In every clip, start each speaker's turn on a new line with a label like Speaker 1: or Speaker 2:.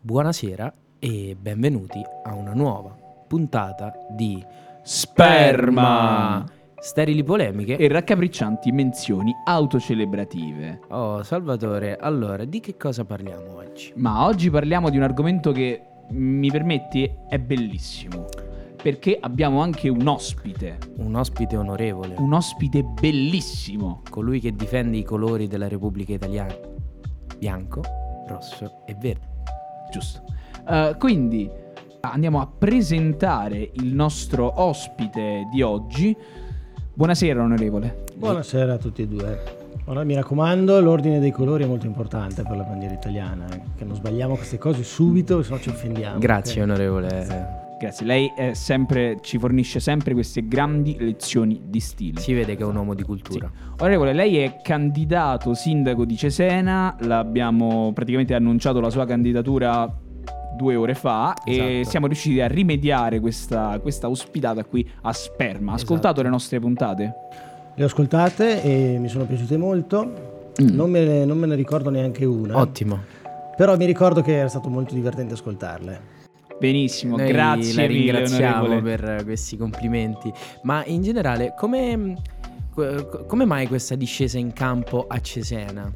Speaker 1: Buonasera e benvenuti a una nuova puntata di
Speaker 2: Sperma!
Speaker 1: Sterili polemiche.
Speaker 2: E raccapriccianti menzioni autocelebrative.
Speaker 1: Oh, Salvatore, allora di che cosa parliamo oggi?
Speaker 2: Ma oggi parliamo di un argomento che, mi permetti, è bellissimo. Perché abbiamo anche un ospite.
Speaker 1: Un ospite onorevole,
Speaker 2: Un ospite bellissimo.
Speaker 1: colui che difende i colori della Repubblica Italiana: bianco, rosso e verde.
Speaker 2: Giusto. Eh, quindi andiamo a presentare il nostro ospite di oggi. Buonasera, onorevole.
Speaker 3: Buonasera a tutti e due. Ora mi raccomando, l'ordine dei colori è molto importante per la bandiera italiana, eh, che non sbagliamo queste cose subito, se no ci
Speaker 2: Ah,
Speaker 3: offendiamo.
Speaker 1: Grazie,
Speaker 3: ok?
Speaker 1: onorevole.
Speaker 2: Grazie, lei è sempre- ci fornisce sempre queste grandi lezioni di stile.
Speaker 1: Si vede che è un uomo di cultura.
Speaker 2: Onorevole, lei è candidato sindaco di Cesena, l'abbiamo praticamente annunciato la sua candidatura due ore fa e
Speaker 1: Esatto.
Speaker 2: siamo riusciti a rimediare questa, questa ospitata qui a Sperma. Ha Ascoltato
Speaker 1: Esatto.
Speaker 2: le nostre puntate?
Speaker 3: Le ho ascoltate e mi sono piaciute molto, non, me ne, non me ne ricordo neanche una,
Speaker 1: Mm. Ottimo.
Speaker 3: però mi ricordo che era stato molto divertente ascoltarle.
Speaker 2: Benissimo,
Speaker 1: Noi
Speaker 2: grazie
Speaker 1: la
Speaker 2: mille
Speaker 1: ringraziamo
Speaker 2: onorevole.
Speaker 1: per questi complimenti. Ma in generale, come, co- come mai questa discesa in campo a Cesena?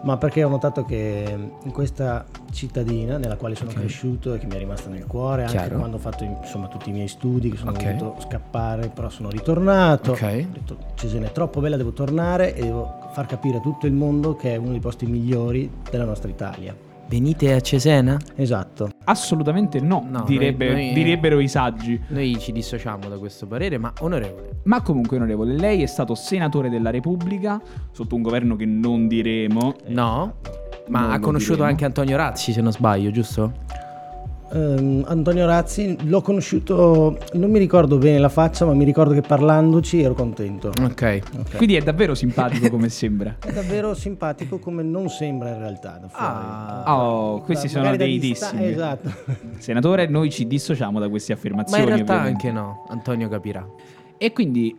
Speaker 3: Ma perché ho notato che in questa cittadina nella quale sono
Speaker 1: Ok.
Speaker 3: cresciuto e che mi è rimasta nel cuore, anche
Speaker 1: Chiaro.
Speaker 3: quando ho fatto insomma tutti i miei studi, che sono
Speaker 1: Ok.
Speaker 3: dovuto scappare, però sono ritornato.
Speaker 1: Ok.
Speaker 3: Ho detto Cesena è troppo bella, devo tornare e devo far capire a tutto il mondo che è uno dei posti migliori della nostra Italia.
Speaker 1: Venite a Cesena?
Speaker 3: Esatto.
Speaker 2: Assolutamente no,
Speaker 1: No,
Speaker 2: direbbe-
Speaker 1: noi- noi-
Speaker 2: direbbero i saggi.
Speaker 1: Noi ci dissociamo da questo parere, ma onorevole.
Speaker 2: Ma comunque, onorevole, lei è stato senatore della Repubblica sotto un governo che non diremo.
Speaker 1: No? Ma
Speaker 2: Non
Speaker 1: ha
Speaker 2: lo
Speaker 1: conosciuto
Speaker 2: diremo.
Speaker 1: anche Antonio Razzi, se non sbaglio, giusto?
Speaker 3: Ehm, Antonio Razzi l'ho conosciuto, non mi ricordo bene la faccia, ma mi ricordo che parlandoci ero contento.
Speaker 1: Ok.
Speaker 3: Ok.
Speaker 2: Quindi è davvero simpatico come sembra.
Speaker 3: È davvero simpatico come non sembra in realtà da fuori.
Speaker 1: Ah.
Speaker 2: Oh, questi sono
Speaker 3: Magari da
Speaker 2: dei
Speaker 3: dista-
Speaker 2: dissimi.
Speaker 3: Esatto.
Speaker 2: Senatore, noi ci dissociamo da queste
Speaker 1: Ma
Speaker 2: affermazioni.
Speaker 1: in realtà
Speaker 2: ovviamente.
Speaker 1: anche no, Antonio capirà.
Speaker 2: E quindi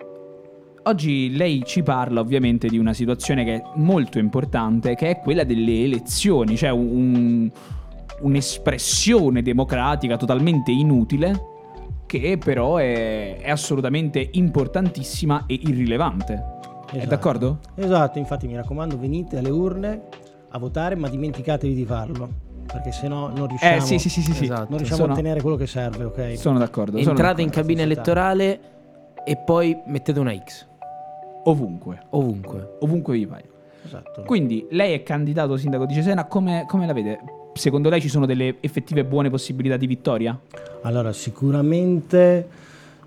Speaker 2: oggi lei ci parla ovviamente di una situazione che è molto importante, che è quella delle elezioni, cioè un- un'espressione democratica totalmente inutile, che però è, è assolutamente importantissima e irrilevante. È
Speaker 3: Esatto.
Speaker 2: d'accordo?
Speaker 3: Esatto, infatti mi raccomando, venite alle urne a votare, ma dimenticatevi di farlo, perché sennò non riusciamo,
Speaker 2: eh sì, sì, sì, sì, sì.
Speaker 1: Esatto.
Speaker 3: non riusciamo
Speaker 2: Sono-
Speaker 3: a ottenere quello che serve, ok?
Speaker 2: Sono d'accordo. sono
Speaker 1: Entrate in
Speaker 3: d'accordo,
Speaker 1: cabina
Speaker 3: sì, sì,
Speaker 1: elettorale e poi mettete una X.
Speaker 2: d'accordo. ovunque,
Speaker 1: Ovunque.
Speaker 2: ovunque vi vai.
Speaker 3: Esatto.
Speaker 2: Quindi lei è candidato sindaco di Cesena, come, come la vede? Secondo lei ci sono delle effettive buone possibilità di vittoria?
Speaker 3: Allora, sicuramente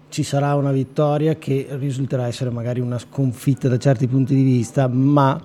Speaker 3: ci sarà una vittoria che risulterà essere magari una sconfitta da certi punti di vista, ma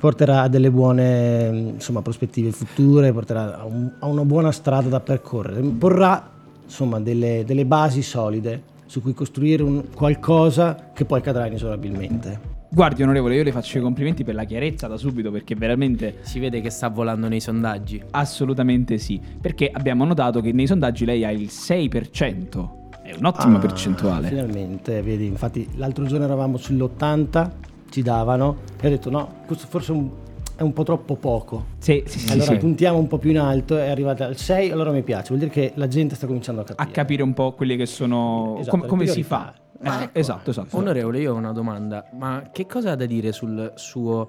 Speaker 3: porterà a delle buone insomma, prospettive future, porterà a, un- a una buona strada da percorrere, porrà insomma, delle, delle basi solide su cui costruire un qualcosa che poi cadrà inesorabilmente.
Speaker 2: Guardi, onorevole, io le faccio i complimenti per la chiarezza da subito, perché veramente
Speaker 1: Si vede che sta volando nei sondaggi.
Speaker 2: assolutamente sì. Perché abbiamo notato che nei sondaggi lei ha il 6%. È un'ottima
Speaker 3: Ah,
Speaker 2: percentuale.
Speaker 3: Finalmente, vedi, infatti l'altro giorno eravamo sull'80, ci davano e ho detto no, questo forse è un- è un po' troppo poco.
Speaker 2: Sì, sì, sì,
Speaker 3: Allora
Speaker 2: Eh, sì.
Speaker 3: puntiamo un po' più in alto, è arrivata al 6, allora mi piace, vuol dire che la gente sta cominciando a capire.
Speaker 2: A capire un po' quelle che sono.
Speaker 3: Esatto,
Speaker 2: come
Speaker 3: le
Speaker 2: come si fa?
Speaker 3: priorità.
Speaker 2: Eh,
Speaker 3: Ah, ecco.
Speaker 2: esatto, esatto.
Speaker 1: Onorevole, io ho una domanda, ma che cosa ha da dire sul suo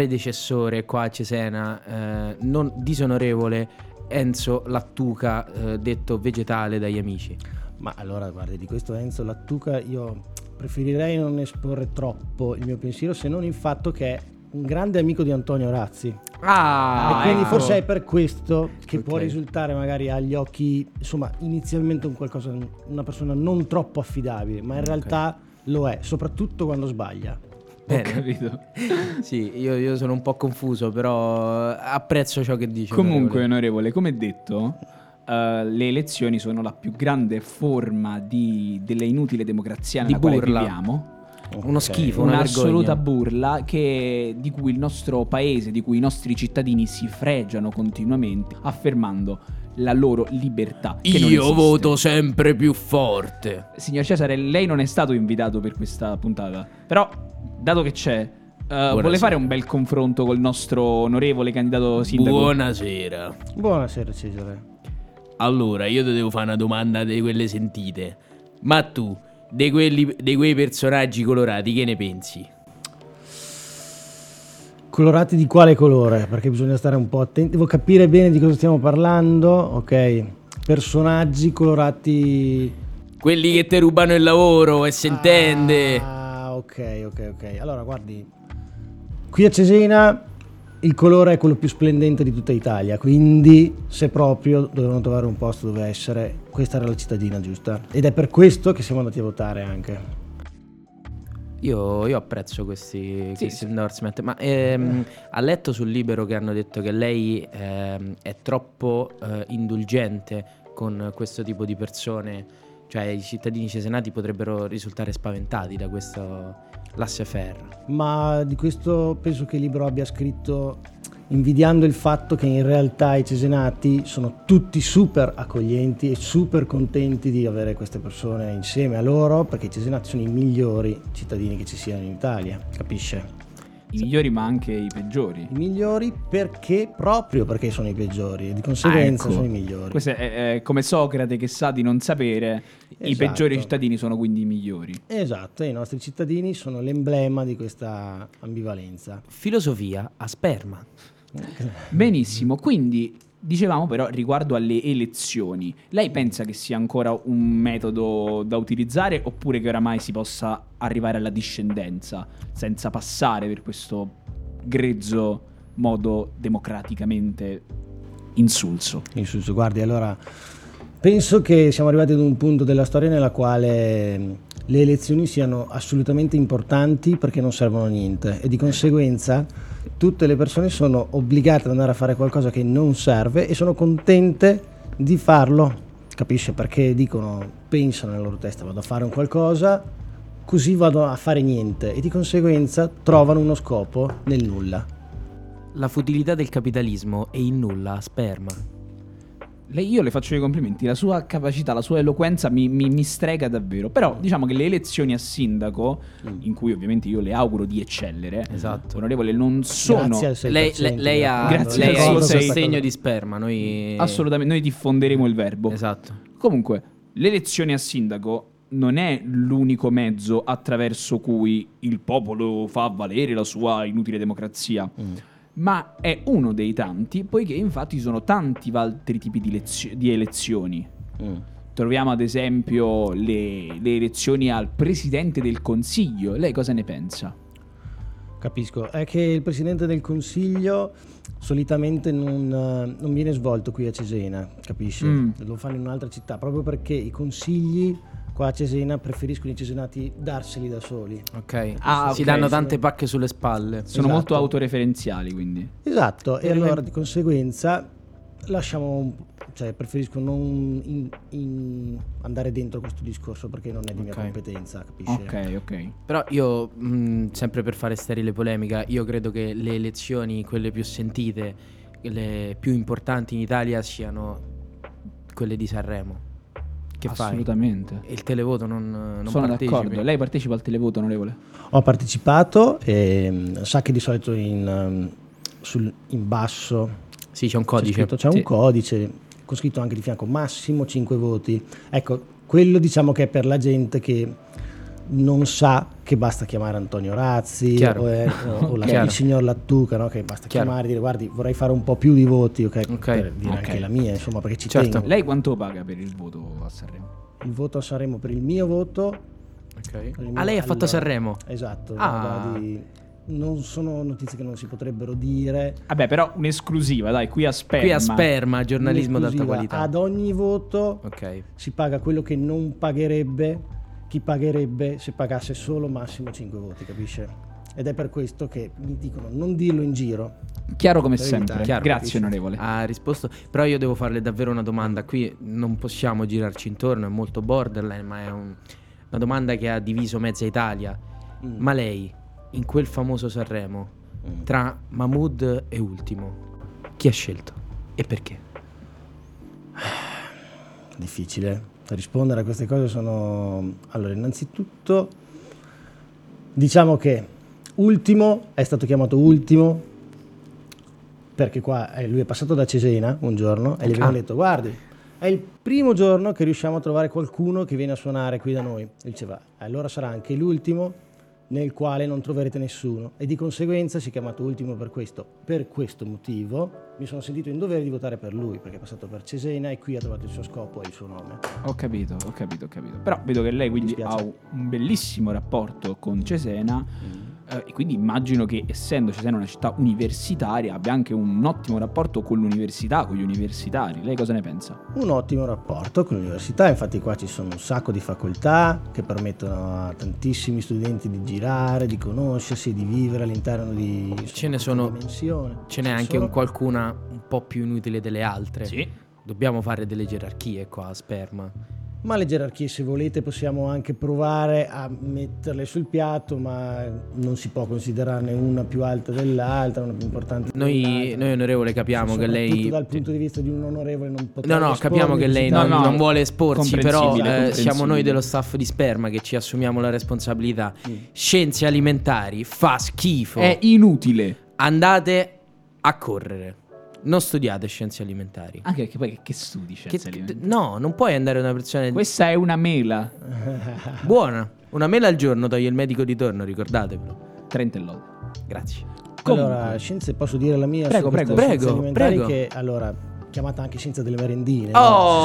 Speaker 1: predecessore qua a Cesena, eh, non disonorevole Enzo Lattuca, eh, detto vegetale dagli amici?
Speaker 3: Ma allora guarda, di questo Enzo Lattuca io preferirei non esporre troppo il mio pensiero se non il fatto che è un grande amico di Antonio Razzi.
Speaker 1: Ah,
Speaker 3: e quindi
Speaker 1: ecco.
Speaker 3: forse è per questo che può
Speaker 1: Ok.
Speaker 3: risultare magari agli occhi, insomma, inizialmente un qualcosa, una persona non troppo affidabile, ma in
Speaker 1: Ok.
Speaker 3: realtà lo è, soprattutto quando sbaglia.
Speaker 2: Ho
Speaker 1: Bene.
Speaker 2: capito.
Speaker 1: Sì, io, io sono un po' confuso, però eh, apprezzo ciò che dice.
Speaker 2: Comunque,
Speaker 1: onorevole.
Speaker 2: onorevole, come detto, eh, le elezioni sono la più grande forma di, delle inutile democrazia
Speaker 1: Di
Speaker 2: nella quale
Speaker 1: burla.
Speaker 2: viviamo.
Speaker 1: Uno
Speaker 3: Ok.
Speaker 1: schifo. una
Speaker 2: Un'assoluta
Speaker 1: vergogna.
Speaker 2: burla che- di cui il nostro paese, di cui i nostri cittadini si fregiano continuamente, affermando la loro libertà. che non esiste.
Speaker 1: sempre più forte.
Speaker 2: Signor Cesare, lei non è stato invitato per questa puntata, però, dato che c'è, eh, vuole fare un bel confronto col nostro onorevole candidato sindaco?
Speaker 1: Buonasera.
Speaker 3: Buonasera Cesare.
Speaker 1: Allora, io ti devo fare una domanda di quelle sentite. Ma tu, di, quelli- di quei personaggi colorati, che ne pensi?
Speaker 3: Colorati di quale colore? Perché bisogna stare un po' attenti, devo capire bene di cosa stiamo parlando, ok? Personaggi colorati...
Speaker 1: Quelli che ti rubano il lavoro e si intende.
Speaker 3: Ah, ok, ok, ok. Allora, guardi, qui a Cesena il colore è quello più splendente di tutta Italia, quindi se proprio dovevano trovare un posto dove essere, questa era la cittadina giusta. Ed è per questo che siamo andati a votare anche.
Speaker 1: Io, io apprezzo questi,
Speaker 2: Sì,
Speaker 1: questi
Speaker 2: sì.
Speaker 1: endorsement, ma ehm, ha letto sul libero che hanno detto che lei ehm, è troppo eh, indulgente con questo tipo di persone, cioè i cittadini cesenati potrebbero risultare spaventati da questo lasse ferro.
Speaker 3: Ma di questo penso che il libro abbia scritto invidiando il fatto che in realtà i cesenati sono tutti super accoglienti e super contenti di avere queste persone insieme a loro, perché i cesenati sono i migliori cittadini che ci siano in Italia, capisce?
Speaker 2: I migliori ma anche i peggiori.
Speaker 3: I migliori perché proprio perché sono i peggiori e di conseguenza
Speaker 2: Ah, ecco.
Speaker 3: sono i migliori.
Speaker 2: Questo è, è come Socrate che sa di non sapere, i
Speaker 3: Esatto.
Speaker 2: peggiori cittadini sono quindi i migliori.
Speaker 3: Esatto, e i nostri cittadini sono l'emblema di questa ambivalenza.
Speaker 1: Filosofia a sperma.
Speaker 2: Benissimo, quindi dicevamo però riguardo alle elezioni, lei pensa che sia ancora un metodo da utilizzare oppure che oramai si possa arrivare alla discendenza senza passare per questo grezzo modo democraticamente insulso?
Speaker 3: In senso, guardi, allora penso che siamo arrivati ad un punto della storia nella quale mh, le elezioni siano assolutamente importanti perché non servono a niente e di conseguenza tutte le persone sono obbligate ad andare a fare qualcosa che non serve e sono contente di farlo. Capisce perché dicono, pensano nella loro testa, vado a fare un qualcosa, così vado a fare niente e di conseguenza trovano uno scopo nel nulla.
Speaker 1: La futilità del capitalismo è in nulla a sperma.
Speaker 2: Lei, io le faccio i complimenti, la sua capacità, la sua eloquenza mi, mi- mi strega davvero, però diciamo che le elezioni a sindaco, in cui ovviamente io le auguro di eccellere,
Speaker 1: Esatto.
Speaker 2: onorevole, non sono...
Speaker 3: Grazie al 6%.
Speaker 1: Lei, lei- lei ha,
Speaker 2: Grazie
Speaker 1: lei
Speaker 2: per
Speaker 1: ha il
Speaker 2: cosa sei-
Speaker 1: sostegno di sperma, noi...
Speaker 2: Assolutamente, noi diffonderemo il verbo.
Speaker 1: Esatto.
Speaker 2: Comunque, l'elezione a sindaco non è l'unico mezzo attraverso cui il popolo fa valere la sua inutile democrazia,
Speaker 3: Mm.
Speaker 2: ma è uno dei tanti, poiché infatti ci sono tanti altri tipi di, lezio- di elezioni.
Speaker 3: Mm.
Speaker 2: Troviamo ad esempio le, le elezioni al presidente del consiglio. Lei cosa ne pensa?
Speaker 3: Capisco, è che il Presidente del Consiglio solitamente non, eh, non viene svolto qui a Cesena, capisci?
Speaker 2: Mm.
Speaker 3: Lo fanno in un'altra città, proprio perché i consigli qua a Cesena preferiscono i cesenati darseli da soli.
Speaker 1: Ok.
Speaker 2: Ah,
Speaker 1: si
Speaker 2: ok,
Speaker 1: danno
Speaker 2: sono-
Speaker 1: tante pacche sulle spalle.
Speaker 2: Sono
Speaker 3: Esatto.
Speaker 2: molto autoreferenziali, quindi.
Speaker 3: Esatto, e
Speaker 1: Per me-
Speaker 3: allora di conseguenza lasciamo, un- cioè preferisco non in- in- andare dentro questo discorso perché non è di mia
Speaker 1: Ok.
Speaker 3: competenza, capisci?
Speaker 2: Ok, ok.
Speaker 1: Però io, mh, sempre per fare sterile polemica, io credo che le elezioni, quelle più sentite, le più importanti in Italia siano quelle di Sanremo. Che fai?
Speaker 2: Assolutamente.
Speaker 1: Il televoto non, non
Speaker 2: Sono
Speaker 1: partecipi.
Speaker 2: d'accordo. Lei partecipa al televoto, onorevole?
Speaker 3: Ho partecipato e mm, sa che di solito in, ehm, sul- in basso
Speaker 1: Sì, c'è un
Speaker 3: C'è
Speaker 1: codice.
Speaker 3: scritto- C'è, un
Speaker 2: Sì.
Speaker 3: codice con scritto anche di fianco massimo 5 voti. Ecco, quello diciamo che è per la gente che non sa che basta chiamare Antonio Razzi
Speaker 1: Chiaro.
Speaker 3: o, è- o- o la-
Speaker 1: Chiaro.
Speaker 3: il signor Lattuca, no? che basta
Speaker 1: Chiaro.
Speaker 3: chiamare e dire guardi vorrei fare un po' più di voti, ok?
Speaker 1: Ok,
Speaker 3: Per dire
Speaker 2: ok.
Speaker 3: anche la mia, insomma, perché ci
Speaker 1: Certo.
Speaker 3: tengo.
Speaker 2: Lei quanto paga per il voto a Sanremo?
Speaker 3: Il voto a Sanremo per il mio voto.
Speaker 1: Ok.
Speaker 3: per il
Speaker 1: Ah,
Speaker 3: mio-
Speaker 1: lei ha fatto
Speaker 3: allora,
Speaker 1: Sanremo.
Speaker 3: Esatto.
Speaker 1: Ah.
Speaker 3: guardi, non sono notizie che non si potrebbero dire.
Speaker 2: Vabbè, però un'esclusiva, dai, qui a Sperma.
Speaker 1: Qui a sperma, giornalismo d'alta
Speaker 3: Un'esclusiva.
Speaker 1: qualità.
Speaker 3: Ad ogni voto
Speaker 1: Ok.
Speaker 3: si paga quello che non pagherebbe chi pagherebbe se pagasse solo massimo 5 voti, capisce? Ed è per questo che mi dicono non dirlo in giro.
Speaker 2: Chiaro Ah, come
Speaker 3: Per
Speaker 2: sempre.
Speaker 3: evitare.
Speaker 1: Chiaro,
Speaker 2: Grazie,
Speaker 3: capisci.
Speaker 2: onorevole.
Speaker 1: Ha risposto, però io devo farle davvero una domanda. Qui non possiamo girarci intorno, è molto borderline, ma è un- una domanda che ha diviso mezza Italia.
Speaker 3: Mm.
Speaker 1: Ma lei, in quel famoso Sanremo,
Speaker 3: Mm.
Speaker 1: tra Mahmood e Ultimo, chi ha scelto e perché?
Speaker 3: Difficile. Rispondere a queste cose sono... Allora, innanzitutto diciamo che ultimo, è stato chiamato ultimo perché qua eh, lui è passato da Cesena un giorno e gli abbiamo
Speaker 1: Ah.
Speaker 3: detto guardi, è il primo giorno che riusciamo a trovare qualcuno che viene a suonare qui da noi. E diceva, allora sarà anche l'ultimo nel quale non troverete nessuno e di conseguenza si è chiamato ultimo per questo. Per questo motivo mi sono sentito in dovere di votare per lui perché è passato per Cesena e qui ha trovato il suo scopo e il suo nome.
Speaker 2: Ho capito, ho capito, ho capito. Però vedo che lei quindi ha
Speaker 3: dispiace.
Speaker 2: un bellissimo rapporto con Cesena.
Speaker 1: Mm.
Speaker 2: eh, e quindi immagino che essendo Cesena una città universitaria abbia anche un ottimo rapporto con l'università, con gli universitari. Lei cosa ne pensa?
Speaker 3: un ottimo rapporto con l'università, infatti qua ci sono un sacco di facoltà che permettono a tantissimi studenti di girare, di conoscersi, di vivere all'interno di
Speaker 1: Ce ne
Speaker 3: insomma,
Speaker 1: sono-
Speaker 3: questa dimensione.
Speaker 1: Ce n'è
Speaker 3: Ci
Speaker 1: anche
Speaker 3: sono-
Speaker 1: un qualcuna un po' più inutile delle altre. Dobbiamo fare delle gerarchie qua a sperma.
Speaker 3: Ma le gerarchie se volete possiamo anche provare a metterle sul piatto, ma non si può considerarne una più alta dell'altra, una più importante
Speaker 1: Noi,
Speaker 3: dell'altra.
Speaker 1: noi onorevole capiamo che
Speaker 3: Soprattutto
Speaker 1: lei...
Speaker 3: dal punto di vista di un onorevole non potrà
Speaker 1: No, no, capiamo che lei
Speaker 3: diciamo.
Speaker 2: No,
Speaker 1: non,
Speaker 2: no,
Speaker 1: non vuole esporsi, però
Speaker 2: comprensibile,
Speaker 1: eh, siamo
Speaker 2: comprensibile.
Speaker 1: noi dello staff di Sperma che ci assumiamo la responsabilità. Scienze alimentari fa schifo.
Speaker 2: È inutile.
Speaker 1: Andate a correre. Non studiate scienze alimentari.
Speaker 2: Anche perché poi che, che studi
Speaker 1: Che-
Speaker 2: scienze alimentari?
Speaker 1: no, non puoi andare da una persona
Speaker 2: Questa è una mela.
Speaker 1: buona. Una mela al giorno toglie il medico di torno, ricordatevelo.
Speaker 2: Trentello.
Speaker 1: Grazie.
Speaker 3: Allora, scienze, posso dire la mia?
Speaker 2: Prego,
Speaker 3: su queste
Speaker 1: prego,
Speaker 3: scienze
Speaker 1: prego,
Speaker 3: alimentari
Speaker 1: prego.
Speaker 3: Che, allora, chiamata anche scienza delle
Speaker 2: Oh!
Speaker 3: merendine. no? Si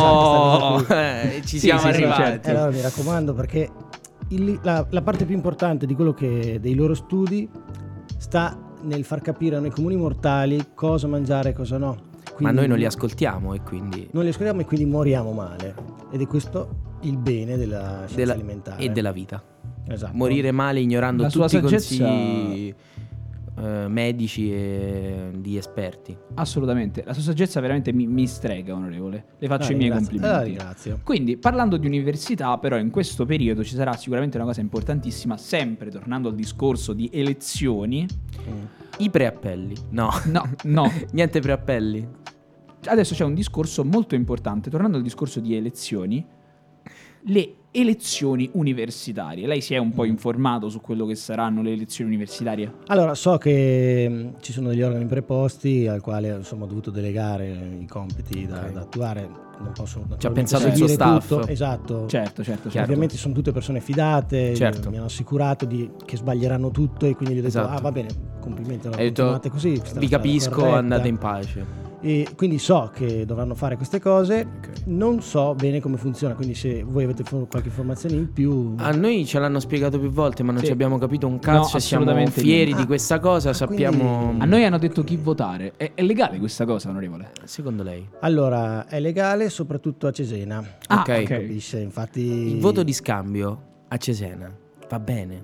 Speaker 3: sa che sta cosa
Speaker 1: Oh,
Speaker 3: qui.
Speaker 1: eh, ci
Speaker 2: Sì,
Speaker 1: siamo
Speaker 2: sì, sì,
Speaker 1: arrivati.
Speaker 2: certo.
Speaker 3: Eh, allora mi raccomando perché il- la, la parte più importante di quello che, dei loro studi sta nel far capire a noi comuni mortali cosa mangiare e cosa no.
Speaker 1: Ma
Speaker 3: Quindi
Speaker 1: noi non li ascoltiamo e quindi...
Speaker 3: non li ascoltiamo e quindi moriamo male. Ed è questo il bene della scienza
Speaker 1: della-
Speaker 3: alimentare.
Speaker 1: e della vita.
Speaker 3: Esatto.
Speaker 1: morire male ignorando
Speaker 2: La sua
Speaker 1: tutti i
Speaker 2: saggezza-
Speaker 1: consigli eh, medici e di esperti.
Speaker 2: Assolutamente. La sua saggezza veramente mi, mi strega, onorevole. Le faccio
Speaker 3: Ah,
Speaker 2: i miei
Speaker 3: ringrazio. Ah,
Speaker 2: complimenti.
Speaker 3: ringrazio.
Speaker 2: Quindi, parlando di università, però, in questo periodo ci sarà sicuramente una cosa importantissima, sempre tornando al discorso di elezioni.
Speaker 3: Mm.
Speaker 1: I preappelli. No,
Speaker 2: No, no.
Speaker 1: niente preappelli.
Speaker 2: Adesso c'è un discorso molto importante, tornando al discorso di elezioni, le elezioni universitarie. Lei si è un po' informato su quello che saranno le elezioni universitarie?
Speaker 3: Allora, so che mh, ci sono degli organi preposti al quale insomma, ho dovuto delegare i compiti da,
Speaker 1: Ok.
Speaker 3: da attuare. Non
Speaker 1: Ci
Speaker 3: posso
Speaker 1: ha
Speaker 3: naturalmente
Speaker 1: pensato il suo
Speaker 3: seguire
Speaker 1: staff. Cioè,
Speaker 3: tutto. Esatto.
Speaker 2: Certo, certo,
Speaker 1: Chiaro.
Speaker 2: certo.
Speaker 3: Ovviamente sono tutte persone fidate,
Speaker 1: Certo.
Speaker 3: mi- mi hanno assicurato di- che sbaglieranno tutto e quindi gli ho detto
Speaker 1: Esatto.
Speaker 3: ah va bene, complimenti, allora
Speaker 1: Hai detto,
Speaker 3: continuate così. questa è la
Speaker 1: Vi
Speaker 3: strada
Speaker 1: capisco,
Speaker 3: corretta".
Speaker 1: andate in pace.
Speaker 3: E quindi so che dovranno fare queste cose, non so bene come funziona, quindi se voi avete fo- qualche informazione in più...
Speaker 1: A noi ce l'hanno spiegato più volte, ma non
Speaker 2: Sì.
Speaker 1: ci abbiamo capito un cazzo.
Speaker 2: No,
Speaker 1: e siamo
Speaker 2: assolutamente
Speaker 1: fieri
Speaker 3: niente.
Speaker 1: di questa cosa.
Speaker 3: Ah,
Speaker 1: sappiamo.
Speaker 3: quindi-
Speaker 2: A noi hanno detto chi votare. È, è legale questa cosa, onorevole?
Speaker 1: Secondo lei,
Speaker 3: Allora, è legale soprattutto a Cesena,
Speaker 2: Ah,
Speaker 1: Ok.
Speaker 3: capisce? Infatti...
Speaker 1: il voto di scambio a Cesena va bene.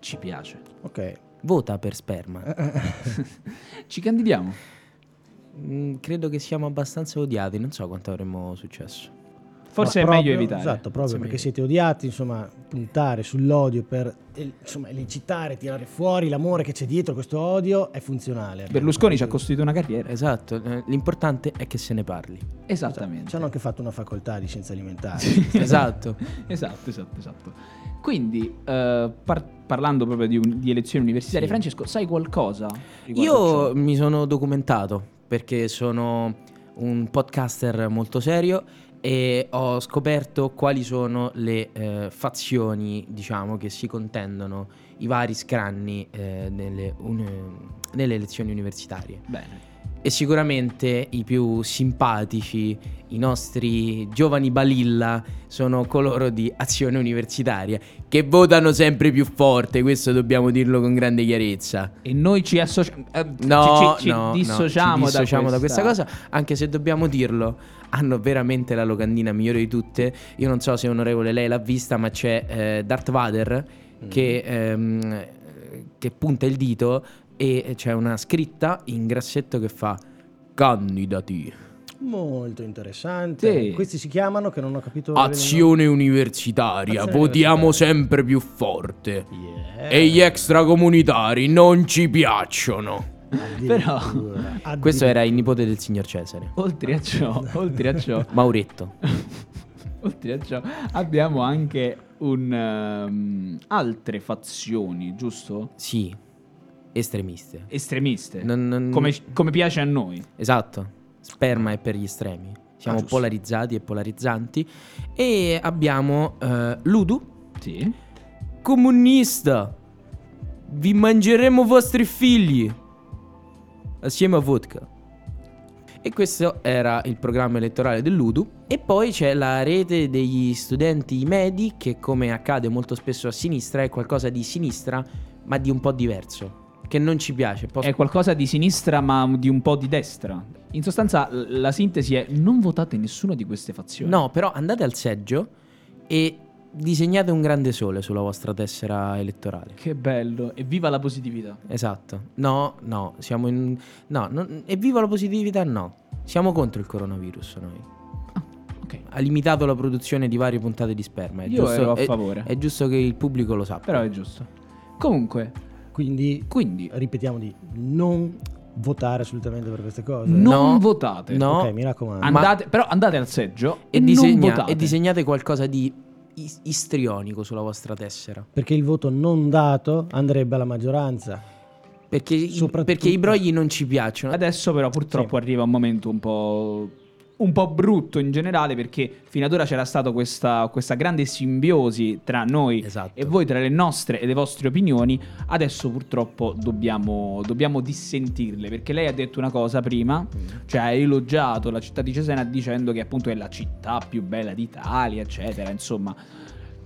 Speaker 2: Ci piace.
Speaker 3: Ok.
Speaker 1: Vota per sperma.
Speaker 2: Ci candidiamo.
Speaker 1: Mm, credo che siamo abbastanza odiati. Non so quanto avremmo successo.
Speaker 2: Forse
Speaker 3: Ma
Speaker 2: è meglio
Speaker 3: proprio-
Speaker 2: evitare.
Speaker 3: Esatto, proprio
Speaker 1: Sì,
Speaker 3: perché
Speaker 1: meglio.
Speaker 3: siete odiati, insomma, puntare sull'odio per eh, insomma, elicitare, tirare fuori l'amore che c'è dietro questo odio è funzionale.
Speaker 2: Berlusconi ci ha costruito una carriera.
Speaker 1: Esatto, eh, l'importante è che se ne parli.
Speaker 2: Esattamente.
Speaker 3: Ci hanno anche fatto una facoltà di scienze alimentari.
Speaker 1: Esatto.
Speaker 2: Esatto, esatto, esatto. Quindi, eh, par- parlando proprio di, un- di elezioni universitarie,
Speaker 1: Sì.
Speaker 2: Francesco, sai qualcosa? riguardo
Speaker 1: Io
Speaker 2: ciò?
Speaker 1: mi sono documentato perché sono un podcaster molto serio e ho scoperto quali sono le eh, fazioni, diciamo, che si contendono i vari scranni eh, nelle, un- nelle elezioni universitarie.
Speaker 2: Bene.
Speaker 1: E sicuramente i più simpatici, i nostri giovani balilla, sono coloro di azione universitaria, che votano sempre più forte, questo dobbiamo dirlo con grande chiarezza.
Speaker 2: E noi ci eh, associamo.
Speaker 1: No,
Speaker 2: ci, ci
Speaker 1: no, no,
Speaker 2: dissociamo,
Speaker 1: ci dissociamo
Speaker 2: da, questa...
Speaker 1: cosa, anche se dobbiamo dirlo, hanno veramente la locandina migliore di tutte. Io non so se onorevole lei l'ha vista, ma c'è eh, Darth Vader che,
Speaker 2: Mm.
Speaker 1: ehm, che punta il dito e c'è una scritta in grassetto che fa candidati,
Speaker 3: Molto interessante.
Speaker 2: Sì.
Speaker 3: Questi si chiamano, che non ho capito...
Speaker 1: azione universitaria,
Speaker 3: Azione
Speaker 1: votiamo
Speaker 3: universitaria.
Speaker 1: sempre più forte.
Speaker 3: Yeah.
Speaker 1: E gli extracomunitari non ci piacciono.
Speaker 3: Addirittura.
Speaker 2: Però-
Speaker 3: Addirittura.
Speaker 1: Questo era il nipote del signor Cesare,
Speaker 2: Oltre a ciò, oltre a ciò,
Speaker 1: Mauretto.
Speaker 2: Oltre a ciò, abbiamo anche un, ehm, altre fazioni, giusto?
Speaker 1: Sì, estremiste.
Speaker 2: Estremiste.
Speaker 1: Non- non-
Speaker 2: Come, come piace a noi.
Speaker 1: Esatto, sperma è per gli estremi. Siamo
Speaker 2: Ah, giusto.
Speaker 1: polarizzati e polarizzanti. E abbiamo eh, Ludu,
Speaker 2: Sì.
Speaker 1: comunista. Vi mangeremo i vostri figli. Assieme a vodka. E questo era il programma elettorale dell'Udu. E poi c'è la rete degli studenti medi che, come accade molto spesso a sinistra, è qualcosa di sinistra, ma di un po' diverso. Che non ci piace. Posso-
Speaker 2: È qualcosa di sinistra ma di un po' di destra. In sostanza l- la sintesi è non votate nessuna di queste fazioni.
Speaker 1: No, però andate al seggio e disegnate un grande sole sulla vostra tessera elettorale.
Speaker 2: Che bello, e viva la positività.
Speaker 1: Esatto. No, no, siamo in... No, non... evviva la positività, no. Siamo contro il coronavirus noi.
Speaker 2: Ah, ok.
Speaker 1: Ha limitato la produzione di varie puntate di sperma. È
Speaker 2: Io
Speaker 1: giusto,
Speaker 2: ero a
Speaker 1: è-
Speaker 2: favore.
Speaker 1: È giusto che il pubblico lo sappia.
Speaker 2: Però è giusto. Comunque,
Speaker 3: Quindi
Speaker 2: quindi
Speaker 3: ripetiamo di non votare assolutamente per queste cose.
Speaker 2: non
Speaker 1: No,
Speaker 2: votate.
Speaker 1: no.
Speaker 3: Ok, mi raccomando.
Speaker 2: Andate, Però andate al seggio e,
Speaker 1: e, disegna-
Speaker 2: non votate.
Speaker 1: e disegnate qualcosa di is- istrionico sulla vostra tessera.
Speaker 3: Perché il voto non dato andrebbe alla maggioranza.
Speaker 1: Perché, i-
Speaker 3: Soprattutto-
Speaker 1: perché i brogli non ci piacciono.
Speaker 2: Adesso però purtroppo arriva un momento un po'... Un po' brutto in generale perché fino ad ora c'era stata questa, questa grande simbiosi tra noi
Speaker 1: Esatto.
Speaker 2: e voi tra le nostre e le vostre opinioni. Adesso purtroppo dobbiamo, dobbiamo dissentirle perché lei ha detto una cosa prima,
Speaker 1: Mm.
Speaker 2: cioè ha elogiato la città di Cesena dicendo che appunto è la città più bella d'Italia, eccetera, insomma.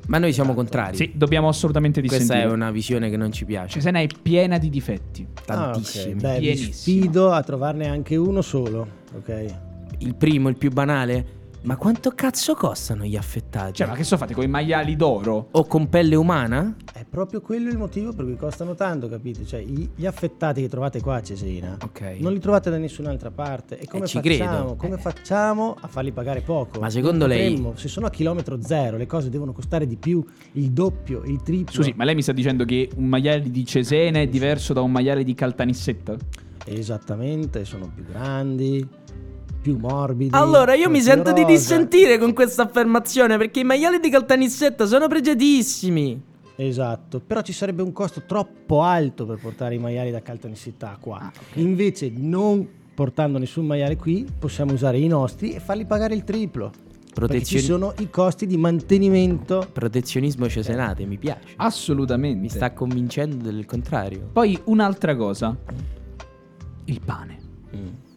Speaker 1: Ma noi siamo contrari.
Speaker 2: Sì, dobbiamo assolutamente
Speaker 1: Questa
Speaker 2: dissentire.
Speaker 1: è una visione che non ci piace.
Speaker 2: Cesena è piena di difetti.
Speaker 1: Tantissimi.
Speaker 3: Ah, ok. Beh, vi
Speaker 2: Pienissimo.
Speaker 3: sfido a trovarne anche uno solo. Ok.
Speaker 1: il primo, il più banale. Ma quanto cazzo costano gli affettati?
Speaker 2: Cioè, ma che so fate con i maiali d'oro?
Speaker 1: O con pelle umana?
Speaker 3: È proprio quello il motivo per cui costano tanto, capite? Cioè, i- gli affettati che trovate qua a Cesena
Speaker 1: Ok. Eh,
Speaker 3: non li trovate da nessun'altra parte. E come,
Speaker 1: ci
Speaker 3: facciamo,
Speaker 1: credo.
Speaker 3: come
Speaker 1: Eh.
Speaker 3: facciamo a farli pagare poco?
Speaker 1: Ma secondo lei-
Speaker 3: Potremmo, Se sono a chilometro zero, le cose devono costare di più, il doppio, il triplo.
Speaker 2: Scusi, ma lei mi sta dicendo che un maiale di Cesena è diverso da un maiale di Caltanissetta?
Speaker 3: Esattamente, sono più grandi, più morbidi.
Speaker 1: Allora, io
Speaker 3: più
Speaker 1: mi sento di
Speaker 3: rosa.
Speaker 1: dissentire con questa affermazione perché i maiali di Caltanissetta sono pregiatissimi.
Speaker 3: Esatto, però ci sarebbe un costo troppo alto per portare i maiali da Caltanissetta qua.
Speaker 2: Ah,
Speaker 3: Invece, non portando nessun maiale qui, possiamo usare i nostri e farli pagare il triplo. Perché ci
Speaker 1: Protezioni-
Speaker 3: sono i costi di mantenimento.
Speaker 2: Eh.
Speaker 1: Protezionismo cesenate, mi piace.
Speaker 2: Ah, Assolutamente.
Speaker 1: Mi sta convincendo del contrario.
Speaker 2: Poi un'altra cosa. Il pane.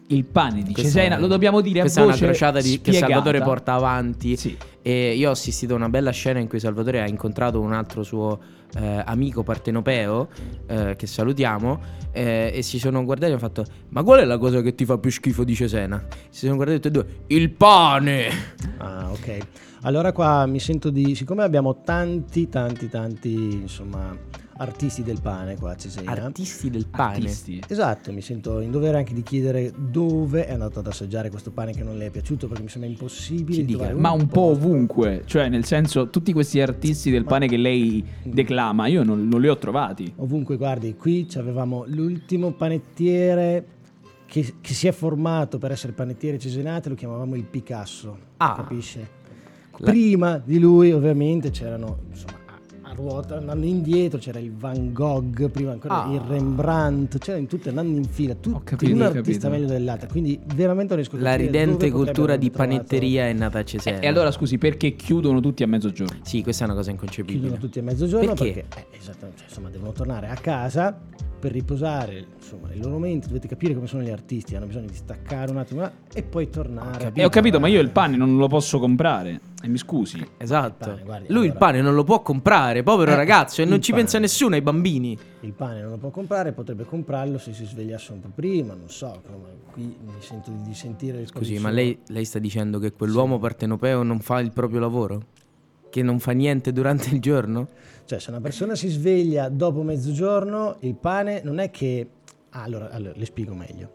Speaker 2: Il pane di
Speaker 1: Mm. Questa
Speaker 2: Cesena,
Speaker 1: è-
Speaker 2: lo dobbiamo dire a
Speaker 1: Questa
Speaker 2: voce
Speaker 1: è una crociata di- che
Speaker 2: spiegata.
Speaker 1: Salvatore porta avanti.
Speaker 2: Sì.
Speaker 1: E io ho assistito a una bella scena in cui Salvatore ha incontrato un altro suo eh, amico partenopeo, eh, che salutiamo, eh, e si sono guardati e hanno fatto: Ma qual è la cosa che ti fa più schifo di Cesena? Si sono guardati tutti e due: Il pane!
Speaker 3: Ah, ok. Allora qua mi sento di... Siccome abbiamo tanti, tanti, tanti, insomma, artisti del pane qua a Cesena.
Speaker 1: Artisti del pane.
Speaker 2: Artisti.
Speaker 3: Esatto, mi sento in dovere anche di chiedere dove è andato ad assaggiare questo pane che non le è piaciuto perché mi sembra impossibile
Speaker 1: Ci
Speaker 3: di
Speaker 1: dica,
Speaker 3: trovare
Speaker 2: Ma un po'
Speaker 3: posto.
Speaker 2: ovunque, cioè nel senso tutti questi artisti del
Speaker 3: Ma-
Speaker 2: pane che lei declama, io non, non li ho
Speaker 1: Eh.
Speaker 2: trovati.
Speaker 3: Ovunque guardi, qui avevamo l'ultimo panettiere che, che si è formato per essere panettiere cesenate, lo chiamavamo il Picasso,
Speaker 1: Ah.
Speaker 3: capisce?
Speaker 1: La-
Speaker 3: Prima di lui ovviamente c'erano, insomma, a, a ruota, andando indietro, c'era il Van Gogh, prima ancora
Speaker 1: Ah.
Speaker 3: il Rembrandt, c'erano tutti andando in fila, tutti
Speaker 2: capito,
Speaker 3: un
Speaker 2: ho capito.
Speaker 3: artista meglio dell'altro, quindi veramente non riesco a
Speaker 1: La
Speaker 3: capire
Speaker 1: ridente
Speaker 3: dove potrebbe
Speaker 1: cultura di
Speaker 3: averlo trovato. Eh,
Speaker 1: panetteria è nata a Cesena.
Speaker 2: E allora scusi, perché chiudono tutti a mezzogiorno?
Speaker 1: Sì, questa è una cosa inconcepibile.
Speaker 3: chiudono tutti a mezzogiorno
Speaker 1: Perché?
Speaker 3: perché, eh, esattamente, cioè, insomma, devono tornare a casa per riposare insomma, il loro mente. Dovete capire come sono gli artisti, hanno bisogno di staccare un attimo là, e poi tornare.
Speaker 1: capito.
Speaker 2: E Eh, ho capito, ma io il pane non lo posso comprare. E mi scusi.
Speaker 1: Esatto.
Speaker 3: Il pane, guardi,
Speaker 1: Lui il
Speaker 3: allora-
Speaker 1: pane non lo può comprare, povero
Speaker 3: Eh,
Speaker 1: ragazzo, e non
Speaker 3: il
Speaker 1: ci
Speaker 3: pane.
Speaker 1: pensa nessuno ai bambini.
Speaker 3: Il pane non lo può comprare, potrebbe comprarlo se si svegliasse un po' prima, non so, come- qui mi sento di sentire le
Speaker 1: Scusi, ma
Speaker 3: condizioni.
Speaker 1: lei, lei sta dicendo che quell'uomo partenopeo non fa il proprio lavoro? Che non fa niente durante il giorno?
Speaker 3: Cioè, se una persona si sveglia dopo mezzogiorno, il pane non è che... Ah, allora, allora, le spiego meglio.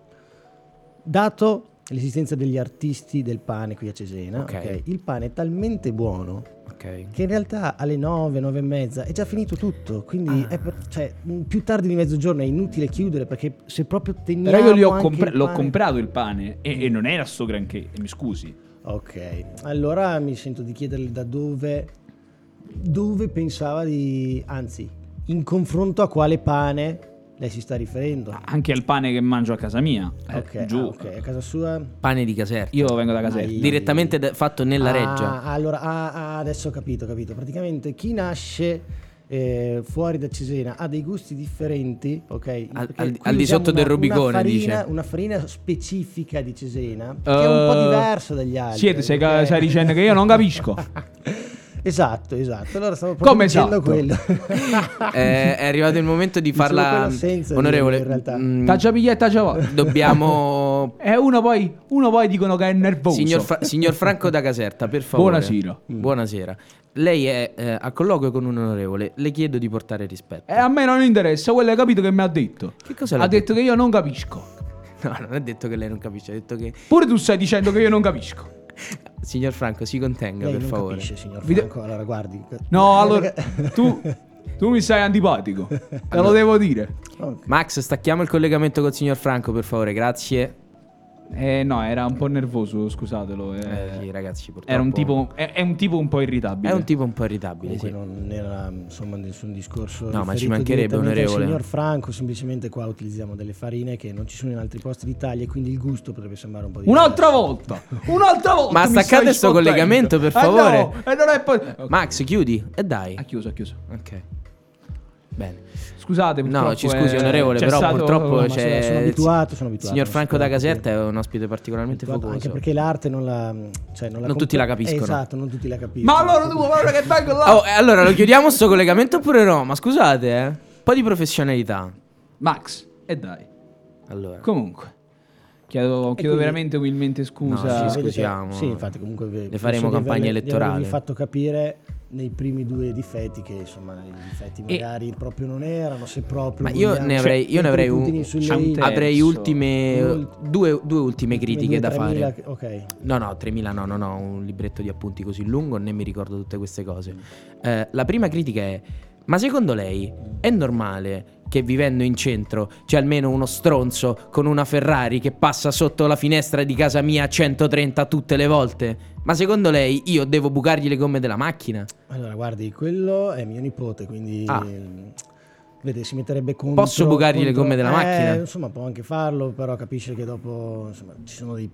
Speaker 3: Dato l'esistenza degli artisti del pane qui a Cesena,
Speaker 1: Ok.
Speaker 3: ok, il pane è talmente buono
Speaker 1: Ok. ok.
Speaker 3: Che in realtà alle 9, 9 e mezza è già finito tutto,
Speaker 2: Ah.
Speaker 3: quindi è per- cioè, mh, più tardi di mezzogiorno è inutile chiudere perché se proprio teniamo
Speaker 2: Però io li ho
Speaker 3: anche
Speaker 2: compra-
Speaker 3: il
Speaker 2: l'ho
Speaker 3: pane-
Speaker 2: comprato il pane e, e non era sto granché, mi scusi.
Speaker 3: Ok, allora mi sento di chiederle da dove, dove pensava di, anzi, in confronto a quale pane lei si sta riferendo.
Speaker 1: Ah,
Speaker 2: Anche al pane che mangio a casa mia. Eh,
Speaker 3: ok,
Speaker 2: giù.
Speaker 3: ah, ok, a casa sua?
Speaker 1: Pane di Caserta.
Speaker 2: Io vengo da Caserta.
Speaker 3: Ai-
Speaker 1: Direttamente da- fatto nella
Speaker 3: Ah,
Speaker 1: reggia.
Speaker 3: Allora, ah, ah, adesso ho capito, ho capito. Praticamente chi nasce eh, fuori da Cesena ha dei gusti differenti, ok?
Speaker 1: Al-
Speaker 3: Perché
Speaker 1: al-
Speaker 3: qui
Speaker 1: al di
Speaker 3: usiamo
Speaker 1: sotto del Rubicone,
Speaker 3: una farina,
Speaker 1: dice.
Speaker 3: Una farina specifica di Cesena che è un po'
Speaker 2: Eh,
Speaker 3: diversa dagli altri.
Speaker 2: Siete, stai ca-
Speaker 3: ok?
Speaker 2: stai dicendo che io non capisco.
Speaker 3: Ah. Esatto, esatto. Allora stavo proprio
Speaker 2: Come
Speaker 3: dicendo
Speaker 2: esatto?
Speaker 3: quello.
Speaker 1: Eh, è arrivato il momento di
Speaker 3: Dicevo
Speaker 1: farla. mm,
Speaker 3: quello senza
Speaker 1: onorevole,
Speaker 3: dire, in realtà.
Speaker 1: mm,
Speaker 2: Taccia piglietta, ciao.
Speaker 1: dobbiamo.
Speaker 2: E uno poi, uno poi dicono che è nervoso.
Speaker 1: Signor, Fra- signor Franco da Caserta, per favore. Mm.
Speaker 2: Buonasera.
Speaker 1: Buonasera. Lei è eh, a colloquio con un onorevole, le chiedo di portare rispetto.
Speaker 2: E Eh, a me non interessa, quello hai capito che mi ha detto.
Speaker 1: Che cosa l'ha
Speaker 2: ha detto che io non capisco.
Speaker 1: No, non ha detto che lei non capisce, ha detto che.
Speaker 2: Pure tu stai dicendo che io non capisco.
Speaker 1: Signor Franco, si contenga,
Speaker 3: Lei
Speaker 1: per
Speaker 3: non
Speaker 1: favore.
Speaker 3: capisce, signor
Speaker 2: Vi de-
Speaker 3: Franco. Allora, guardi.
Speaker 2: No, allora tu, tu mi sei antipatico. Te lo devo dire.
Speaker 3: Ok.
Speaker 1: Max, stacchiamo il collegamento col signor Franco, per favore, grazie.
Speaker 2: Eh no, era un po' nervoso, scusatelo. eh.
Speaker 1: Eh, sì, ragazzi, purtroppo.
Speaker 2: Era un tipo, è, è un tipo un po' irritabile.
Speaker 1: È un tipo un po' irritabile,
Speaker 3: Comunque
Speaker 1: sì.
Speaker 3: non era insomma nessun discorso.
Speaker 1: No, ma
Speaker 3: riferito
Speaker 1: ci mancherebbe,
Speaker 3: direttamente al
Speaker 1: onorevole.
Speaker 3: Signor Franco, semplicemente qua utilizziamo delle farine che non ci sono in altri posti d'Italia e quindi il gusto potrebbe sembrare un po' diverso.
Speaker 2: Un'altra volta! Un'altra volta!
Speaker 1: Ma
Speaker 2: mi
Speaker 1: staccate
Speaker 2: stai
Speaker 1: sto
Speaker 2: sfottendo.
Speaker 1: collegamento, per
Speaker 2: Eh no,
Speaker 1: favore.
Speaker 2: eh, non è poi- Ok,
Speaker 1: Max, chiudi e dai.
Speaker 2: Ha chiuso, ha chiuso.
Speaker 1: Ok. Bene.
Speaker 2: Scusate,
Speaker 1: No,
Speaker 2: purtroppo
Speaker 1: ci scusi
Speaker 2: è-
Speaker 1: onorevole,
Speaker 2: c'è
Speaker 1: però
Speaker 2: stato-
Speaker 1: purtroppo cioè, eh.
Speaker 3: ma
Speaker 1: c'è...
Speaker 3: sono- sono abituato, sono abituato,
Speaker 1: Signor
Speaker 3: non
Speaker 1: Franco
Speaker 3: si
Speaker 1: da
Speaker 3: preoccupi.
Speaker 1: Caserta è un ospite particolarmente
Speaker 3: Anche
Speaker 1: focoso.
Speaker 3: perché l'arte non la. Cioè non la
Speaker 1: Non tutti la capiscono.
Speaker 3: Esatto, non tutti la capiscono.
Speaker 2: Ma allora tu, ma allora che vengo là!
Speaker 1: Oh, e allora lo chiudiamo sto collegamento oppure no? Ma scusate, eh. Un po' di professionalità.
Speaker 2: Max, e dai.
Speaker 1: Allora.
Speaker 2: Comunque, chiedo, chiedo
Speaker 3: quindi-
Speaker 2: veramente umilmente scusa.
Speaker 1: No,
Speaker 3: Sì,
Speaker 1: ci
Speaker 3: vedete-
Speaker 1: scusiamo.
Speaker 3: Sì, infatti, comunque. ve-
Speaker 1: Le faremo
Speaker 3: penso di averle-
Speaker 1: campagna
Speaker 3: di
Speaker 1: elettorale.
Speaker 3: avervi fatto capire nei primi due difetti che insomma i difetti
Speaker 1: E-
Speaker 3: magari proprio non erano se proprio
Speaker 1: Ma io
Speaker 3: vogliamo- Cioè,
Speaker 1: ne avrei, io
Speaker 3: i
Speaker 1: ne avrei un,
Speaker 3: puntini sulle
Speaker 2: c'è un
Speaker 3: i,
Speaker 2: tema,
Speaker 1: avrei
Speaker 2: terzo.
Speaker 1: ultime,
Speaker 3: Ul-
Speaker 1: due, due ultime
Speaker 3: ultime
Speaker 1: critiche
Speaker 3: due,
Speaker 1: da
Speaker 3: 3000
Speaker 1: fare.
Speaker 3: che- Ok.
Speaker 1: No, no, 3000 no, no, no, un libretto di appunti così lungo, né mi ricordo tutte queste
Speaker 2: Mm.
Speaker 1: cose. Eh, la prima critica è, ma secondo lei è normale che vivendo in centro c'è almeno uno stronzo con una Ferrari che passa sotto la finestra di casa mia a 130 tutte le volte? Ma secondo lei io devo bucargli le gomme della macchina?
Speaker 3: Allora, guardi, quello è mio nipote, quindi
Speaker 1: Ah.
Speaker 3: ehm, vede, si metterebbe contro
Speaker 1: Posso bucargli le
Speaker 3: contro-
Speaker 1: gomme della
Speaker 3: eh,
Speaker 1: macchina?
Speaker 3: Insomma, può anche farlo, però capisce che dopo insomma, ci sono dei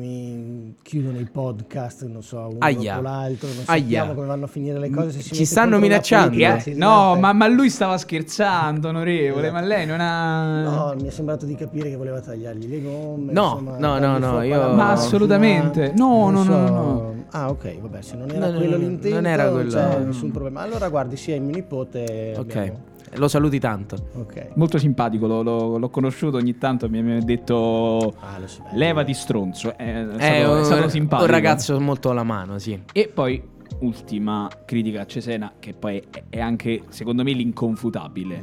Speaker 3: problemi, chiudono i podcast, non so, uno
Speaker 1: Aia.
Speaker 3: dopo l'altro, non
Speaker 1: Aia.
Speaker 3: sappiamo come vanno a finire le cose. se si
Speaker 1: Ci
Speaker 3: mette
Speaker 1: stanno
Speaker 3: contro la
Speaker 1: minacciando.
Speaker 3: politica,
Speaker 1: Eh,
Speaker 3: sì,
Speaker 2: No,
Speaker 3: esatto.
Speaker 2: ma, ma lui stava scherzando, onorevole, ma lei non ha...
Speaker 3: No, mi è sembrato di capire che voleva tagliargli le gomme.
Speaker 1: Eh. No,
Speaker 3: insomma,
Speaker 1: no, no,
Speaker 3: dargli
Speaker 1: no,
Speaker 3: fuoco
Speaker 1: io-
Speaker 3: alla
Speaker 1: Ma
Speaker 3: macchina,
Speaker 2: assolutamente. No,
Speaker 3: non
Speaker 2: no, no,
Speaker 3: so.
Speaker 2: no,
Speaker 3: Ah, ok, vabbè, se non
Speaker 1: No,
Speaker 3: era
Speaker 1: no,
Speaker 3: quello
Speaker 1: no, non
Speaker 3: l'intento,
Speaker 1: era quello. Mm.
Speaker 3: c'è nessun problema. Allora, guardi, sì, è mio nipote.
Speaker 2: Eh,
Speaker 1: ok,
Speaker 3: abbiamo-
Speaker 1: lo saluti tanto.
Speaker 3: Ok.
Speaker 2: Molto simpatico, lo- lo- l'ho conosciuto ogni tanto, mi mi ha detto...
Speaker 3: Ah, lo so.
Speaker 2: Levati stronzo, Eh, è, stato,
Speaker 1: È
Speaker 2: è
Speaker 1: Eh, un,
Speaker 2: stato
Speaker 1: un
Speaker 2: simpatico.
Speaker 1: ragazzo molto alla mano, sì.
Speaker 2: E poi, ultima critica a Cesena, che poi è, è anche, secondo me, l'inconfutabile.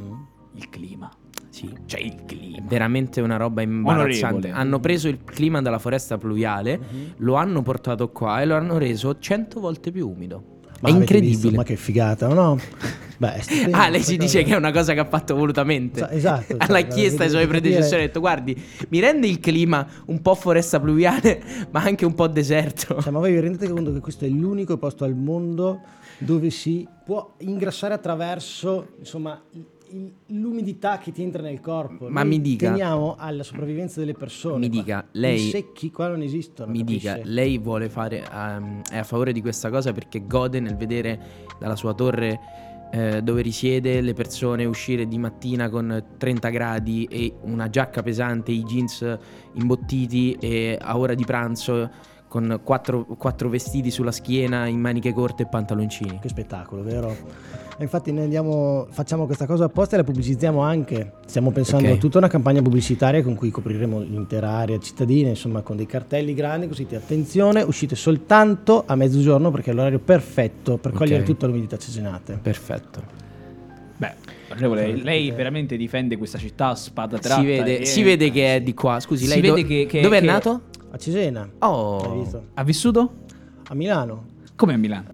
Speaker 2: Il clima.
Speaker 1: Sì.
Speaker 2: Cioè, il clima.
Speaker 1: veramente una roba imbarazzante.
Speaker 2: Onorevole.
Speaker 1: Hanno preso il clima dalla foresta pluviale,
Speaker 3: Mhm.
Speaker 1: lo hanno portato qua e lo hanno reso 100 volte più umido.
Speaker 3: Ma
Speaker 1: è
Speaker 3: avete
Speaker 1: incredibile.
Speaker 3: visto? ma che figata, o no? Beh, è stupendo,
Speaker 1: Ah, lei
Speaker 3: questa
Speaker 1: ci dice
Speaker 3: cosa.
Speaker 1: che è una cosa che ha fatto volutamente.
Speaker 3: cioè. Sa- esatto, cioè,
Speaker 1: Alla
Speaker 3: guarda,
Speaker 1: chiesta ai
Speaker 3: mi-
Speaker 1: suoi
Speaker 3: mi-
Speaker 1: predecessori ha detto: Guardi, mi rende il clima un po' foresta pluviale, ma anche un po' deserto.
Speaker 3: Cioè, ma voi vi rendete conto che questo è l'unico posto al mondo dove si può ingrassare attraverso, insomma, il- il- l'umidità che ti entra nel corpo.
Speaker 1: Ma
Speaker 3: Noi
Speaker 1: mi dica-
Speaker 3: Teniamo alla sopravvivenza delle persone.
Speaker 1: Mi
Speaker 3: qua.
Speaker 1: dica, lei-
Speaker 3: I secchi qua non esistono.
Speaker 1: Mi
Speaker 3: capisce?
Speaker 1: dica, lei vuole fare. ehm, è a favore di questa cosa perché gode nel vedere dalla sua torre eh, dove risiede le persone uscire di mattina con 30 gradi e una giacca pesante, i jeans imbottiti e a ora di pranzo con quattro, quattro vestiti sulla schiena in maniche corte e pantaloncini.
Speaker 3: Che spettacolo, vero? E infatti noi andiamo, facciamo questa cosa apposta e la pubblicizziamo anche. Stiamo pensando
Speaker 1: Ok.
Speaker 3: a tutta una campagna pubblicitaria con cui copriremo l'intera area cittadina, insomma con dei cartelli grandi, così ti attenzione, uscite soltanto a mezzogiorno perché è l'orario perfetto per
Speaker 1: Ok.
Speaker 3: cogliere tutta l'umidità cesenate.
Speaker 1: Perfetto.
Speaker 2: Beh, onorevole, lei veramente difende questa città a spada tratta.
Speaker 1: Si vede,
Speaker 2: e-
Speaker 1: si vede che è di qua. Scusi,
Speaker 2: Si
Speaker 1: lei
Speaker 2: vede
Speaker 1: do-
Speaker 2: che- che-
Speaker 1: dove è
Speaker 2: che-
Speaker 1: nato?
Speaker 3: A Cesena,
Speaker 1: Oh,
Speaker 3: hai visto?
Speaker 2: Ha vissuto?
Speaker 3: A Milano.
Speaker 2: Come a Milano.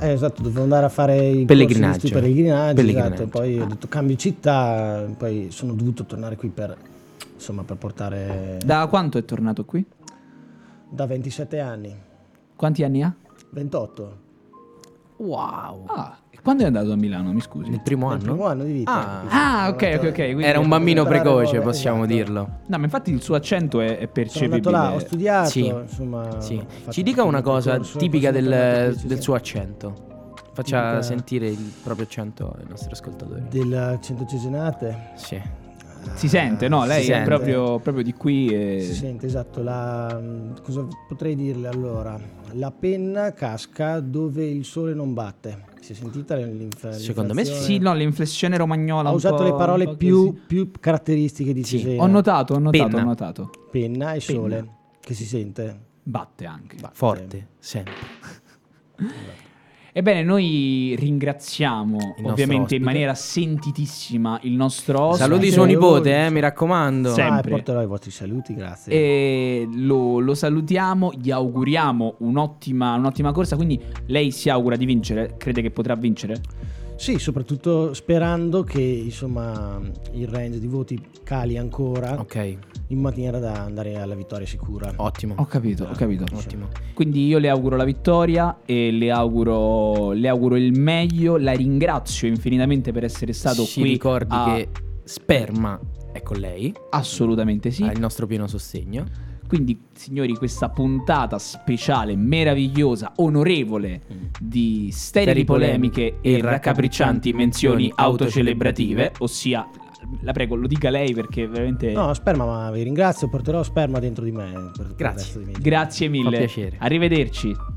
Speaker 3: Eh, esatto, dovevo andare a fare i
Speaker 1: Pellegrinaggio.
Speaker 3: corsi di pellegrinaggi,
Speaker 1: Pellegrinaggio.
Speaker 3: esatto, poi ho detto cambio città, poi sono dovuto tornare qui per, insomma, per portare da,
Speaker 2: Da quanto è tornato qui?
Speaker 3: 27 anni,
Speaker 2: Quanti anni ha?
Speaker 3: 28,
Speaker 1: Wow.
Speaker 2: Ah, e quando è andato a Milano, mi scusi?
Speaker 1: Nel primo
Speaker 3: il
Speaker 1: anno?
Speaker 3: primo anno di vita.
Speaker 1: Ah.
Speaker 3: capito?
Speaker 2: Ah, ok, ok, ok. quindi-
Speaker 1: Era un bambino
Speaker 3: Imparare
Speaker 1: precoce,
Speaker 2: eh.
Speaker 3: nuove-
Speaker 1: possiamo
Speaker 3: esatto.
Speaker 1: dirlo.
Speaker 2: No, ma infatti il suo accento è, è
Speaker 3: Sono
Speaker 2: percepibile.
Speaker 3: andato là, ho studiato,
Speaker 1: Sì.
Speaker 2: Eh,
Speaker 3: insomma...
Speaker 1: Sì.
Speaker 3: ho fatto
Speaker 1: Ci dica
Speaker 3: tutto
Speaker 1: una
Speaker 3: il
Speaker 1: cosa
Speaker 3: percorso,
Speaker 1: tipica
Speaker 3: poi sono tornato
Speaker 1: del,
Speaker 3: qui, sì,
Speaker 1: del
Speaker 3: sì.
Speaker 1: suo accento. Faccia
Speaker 3: Tipica-
Speaker 1: sentire il proprio accento ai nostri ascoltatori.
Speaker 3: Del Centocesenate. Ah,
Speaker 1: Sì.
Speaker 2: Si sente, no?
Speaker 3: Si
Speaker 2: Lei è
Speaker 1: sente.
Speaker 2: proprio, Eh. proprio di qui. e-
Speaker 3: Si sente, esatto. La, cosa potrei dirle allora? La penna casca dove il sole non batte. Si è sentita l'inf-
Speaker 1: Secondo me
Speaker 3: l'inflazione?
Speaker 2: Sì, no, l'inflessione romagnola.
Speaker 3: Ho
Speaker 2: un
Speaker 3: usato
Speaker 2: po'-
Speaker 3: le
Speaker 2: un
Speaker 3: parole
Speaker 2: po'
Speaker 3: più,
Speaker 2: così.
Speaker 3: più caratteristiche di
Speaker 1: Sì,
Speaker 3: Cesena.
Speaker 2: Ho notato, ho notato,
Speaker 1: Penna.
Speaker 2: ho notato.
Speaker 3: Penna e
Speaker 2: Penna.
Speaker 3: sole, che si sente.
Speaker 2: Batte anche.
Speaker 3: Batte.
Speaker 1: Forte, sempre.
Speaker 2: Ebbene, noi ringraziamo
Speaker 1: nostro
Speaker 2: ovviamente
Speaker 1: ospite.
Speaker 2: in maniera sentitissima il nostro ospite.
Speaker 1: Saluti
Speaker 3: sì.
Speaker 1: suo nipote, eh,
Speaker 3: Saluti.
Speaker 1: mi raccomando.
Speaker 2: Sì.
Speaker 3: Ah,
Speaker 2: Sempre.
Speaker 3: e porterò i vostri saluti, grazie.
Speaker 2: E lo, lo salutiamo, gli auguriamo un'ottima, un'ottima corsa. Quindi lei si augura di vincere? Crede che potrà vincere?
Speaker 3: Sì, soprattutto sperando che insomma, il range di voti cali ancora
Speaker 1: Ok,
Speaker 3: in maniera da andare alla vittoria sicura.
Speaker 1: ottimo.
Speaker 2: Ho capito, ho capito.
Speaker 1: Ottimo.
Speaker 2: Quindi io le auguro la vittoria e le auguro, le auguro il meglio. La ringrazio infinitamente per essere stato
Speaker 1: Ci
Speaker 2: qui.
Speaker 1: ricordi
Speaker 2: a-
Speaker 1: che Sperma è con lei,
Speaker 2: Assolutamente sì.
Speaker 1: ha il nostro pieno sostegno.
Speaker 2: Quindi, signori, questa puntata speciale, meravigliosa, onorevole di Mm. sterili
Speaker 1: Sterili
Speaker 2: polemiche
Speaker 1: polemiche
Speaker 2: e
Speaker 1: e
Speaker 2: raccapriccianti menzioni
Speaker 1: menzioni
Speaker 2: autocelebrative,
Speaker 1: autocelebrative,
Speaker 2: ossia, la prego, lo dica lei perché veramente...
Speaker 3: No, sperma, ma vi ringrazio, porterò sperma dentro di me. per- per il
Speaker 1: Grazie.
Speaker 3: resto dei miei giorni.
Speaker 2: Grazie mille.
Speaker 1: piacere.
Speaker 2: Arrivederci.